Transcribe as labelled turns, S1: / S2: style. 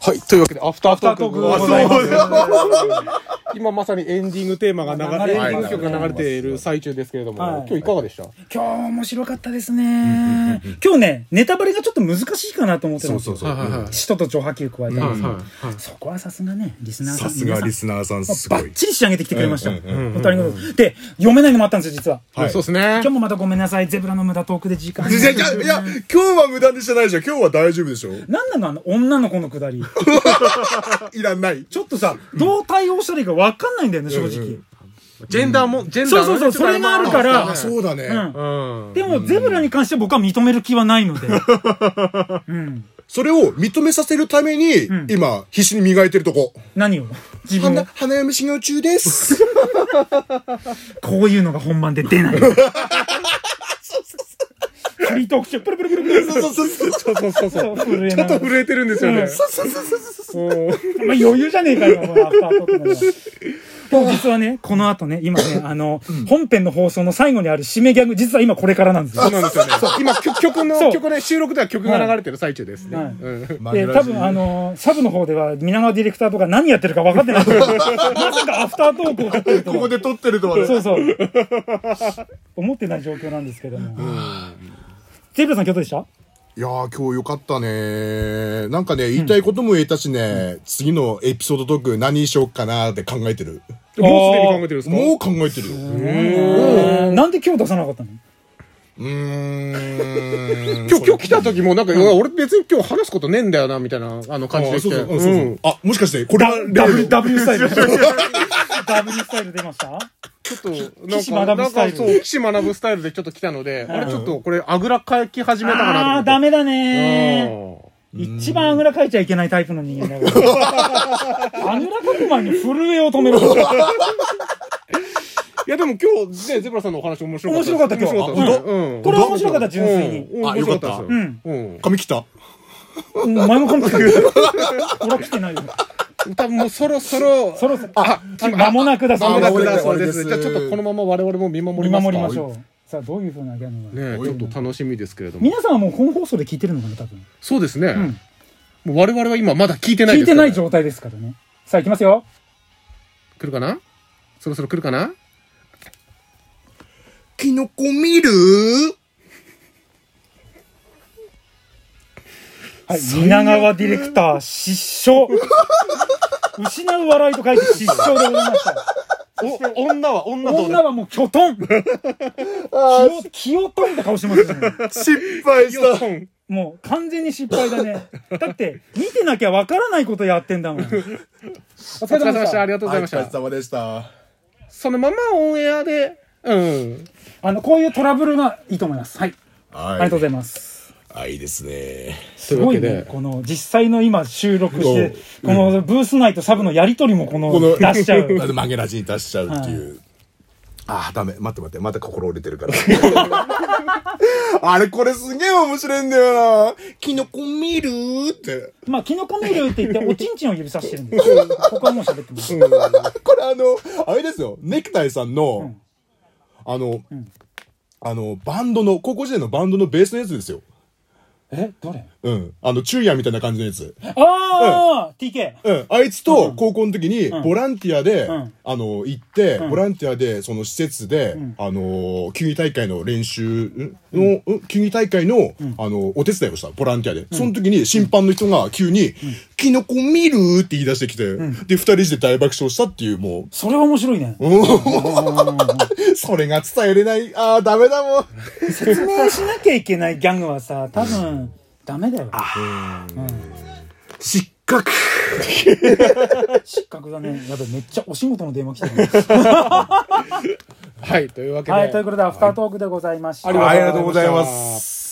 S1: はい。というわけで、アフタートークがございま
S2: あ
S1: す。今まさにエンディングテーマが流れ、エン
S2: 流れて
S1: ディ
S2: ます
S1: ング曲が流れている最中ですけれども、
S2: はい
S1: 今日いかがでした
S2: 今日面白かったですね。今日ね、ネタバレがちょっと難しいかなと思ってたん
S3: そう
S2: です
S3: そ
S2: よ
S3: う。そう。
S1: は
S2: 使徒と超波及加えた
S1: い
S2: んです
S1: はい
S2: そこはさすがね、リスナーさん
S3: さすがリスナーさんすご
S2: バ
S3: い
S2: ッ。チリ仕上げてきてくれました。
S3: うんうん
S1: ん
S2: 本当にありがとうございます。で、読めないのもあったんですよ、実は。
S3: はい
S1: そうですね
S2: 今日。もまたごめんなさい、ゼブラの無駄トークで時間。
S3: いや、いや、いや今日は無駄にしてないじゃん。今日は大丈夫でしょ
S2: なんなのあの女の子のくだり。
S3: いらない。
S2: ちょっとさ、どう対応したらいいか分かんないんだよね、正直。
S1: ジェンダーも、ジェンダー
S2: そうそうそう、それがあるか
S3: あ、
S2: ら。
S3: そうだね。
S2: う
S1: うん
S2: ん。。でも、ゼブラに関しては僕は認める気はない ので。うん。
S3: それを認めさせるために、今、必死に磨いてるとこ。
S2: 何を自分
S3: 花、
S2: を。
S3: 花嫁修行中です。
S2: こういうのが本番で出 ない。フリートーク中、プルプルプルプル。
S3: そうそう
S1: そ
S3: そう。
S1: うそうそうそう。
S2: 震え
S1: ちょ
S2: な
S1: っ
S2: が
S1: と
S2: ら
S1: 震えてるんですよね。うん
S2: まあ余裕じゃねえかよ、このアフタートークのでも実はね、この後ね、今ね、あの、本編の放送の最後にある締めギャグ、実は今これからなんですよ
S1: そう。なんですよね。そう今、曲曲
S2: そ
S1: の、
S2: う
S1: 曲ね、収録では曲が流れてる最中ですね。
S2: はい
S1: うん
S3: マ
S2: で、多分あのサブの方では、皆川ディレクターとか何やってるか分かってないと思うまさかアフタートークを撮ってるとは。
S3: で撮ってるとはね
S2: そうそう。思ってない状況なんですけども。ゼブラさん今日どうでした
S3: いやー、今日よかったね。なんかね、言いたいことも言えたしね、次のエピソードトーク何しようかなーって考えてる。
S1: もうすでに考えてるんですか
S3: もう考えてるよ。
S2: なんで今日出さなかったの
S3: うーん。
S1: 今日、今日来た時も、なんか、俺別に今日話すことねえんだよな、みたいな、あの感じ
S3: あ、
S1: で
S3: そ
S1: 来
S3: う
S1: て。
S3: そうそうそ
S1: う
S3: うそ
S1: ん
S3: う。あ、もしかして、これが例の、
S2: ダ W W スタ イル。W スタイル出ました
S1: ちょっと、
S2: 岸学
S1: な
S2: ぶ
S1: ん
S2: スタイ
S1: か、
S2: ル
S1: そう、岸学ぶスタイルでちょっと来たので、あれちょっと、これ、あぐらかき始めたかな
S2: ああー、
S1: と
S2: ダ
S1: 思って。
S2: メだ
S1: う
S2: ね
S1: ん
S2: ー。一番あぐらかいちゃいけないタイプの人間だ から。あぐらかく前に震えを止めろ。
S1: いや、でも今日、ね、ゼブラさんのお話面白かったです。
S2: 面白かった今日
S1: 面白かったうんうん
S2: これは面白かった、純粋に。
S1: うん、面白かったですよ。うん。
S3: 髪切った
S2: うん前もこの時俺は来てないよ。
S1: 多分もうそろそろ、
S2: そ ろそろ、あ、間もなく
S1: 間
S2: だ、そ
S1: も
S2: う
S1: な
S2: だ
S1: く
S3: 間も
S1: だ
S3: なく
S1: そうです。
S3: 終
S1: じゃあち
S3: わりです
S1: ょっとこのまま我々も見守
S2: 見
S1: りますか
S2: 守りましょう。さあ、どういうふうなギャグが。
S1: ねちょっと楽しみですけれども。
S2: 皆さんはもう本放送で聞いてるのかな、多分。
S1: そうですね。もう我々は今まだ聞いてない
S2: 聞
S1: で
S2: い
S1: す
S2: て
S1: から
S2: ない状態ですからね。さあ、行きますよ。
S1: 来るかなそろそろ来るかな
S3: キノコ見る
S2: はい、皆川ディレクター、失 笑。失う笑いと書いて失笑でございました。
S1: お、女は女と
S2: 女はもうキョトン。気を、気をとんって顔してますよね。
S3: 失敗した。
S2: もう完全に失敗だね。だって、見てなきゃわからないことやってんだもん。お疲
S1: お疲れ
S2: れ様
S1: 様で
S2: で
S1: し
S2: し
S1: た。あ
S2: た
S1: り。がとうございまし
S3: お疲
S1: た。
S3: れ様でした。
S1: そのままオンエアで、うん。
S2: あの、こういうトラブルがいいと思います。はい。ありが
S3: は
S2: とうご
S3: い。
S2: ざいます。
S3: あ、いいですね。
S1: とい
S2: す
S1: うわ
S2: ご
S1: け
S2: い
S1: で
S2: ね。この、実際の今収録して
S3: そ、
S2: このブース内とサブのやりとりもこ
S3: こ
S2: の、
S3: の、
S2: 出しちゃ う。
S3: 曲げラジに出しちゃうっていう。ああ、ダメ。待って待って。また心折れてるから。あれ、これすげえ面白いんだよな。キノコ見るって。
S2: まあ、キノコ見るって言って、 おちんちんを指さしてるんですよ。ここはもう喋ってます。
S3: これあの、あれですよ。ネクタイさんの、あの、あの、バンドの、高校時代のバンドのベースのやつですよ。
S2: え、どれ
S3: うん。あの、昼夜みたいな感じのやつ。
S2: ああ !TK!
S3: うん。あいつと高校の時に、ボランティアで、
S2: ん
S3: あの、行って、ボランティアで、その施設で、あの、球技大会の練習んの、うん球技大会の、あの、お手伝いをした、ボランティアで。その時に審判の人が急に、キノコ見るって言い出してきて、で、二人して大爆笑したっていう、も
S2: それは面白いね。
S3: う、それが伝えれない、ああ、ダメだもん。
S2: 説明しなきゃいけないギャグはさ、多分、ダメだよ。
S3: 失格。
S2: 失格だね。やべ、めっちゃお仕事の電話来てる。
S1: はい、というわけで。
S2: はい、ということで、アフタートークでございました。
S1: ありがとうございます
S3: ありがとうございます。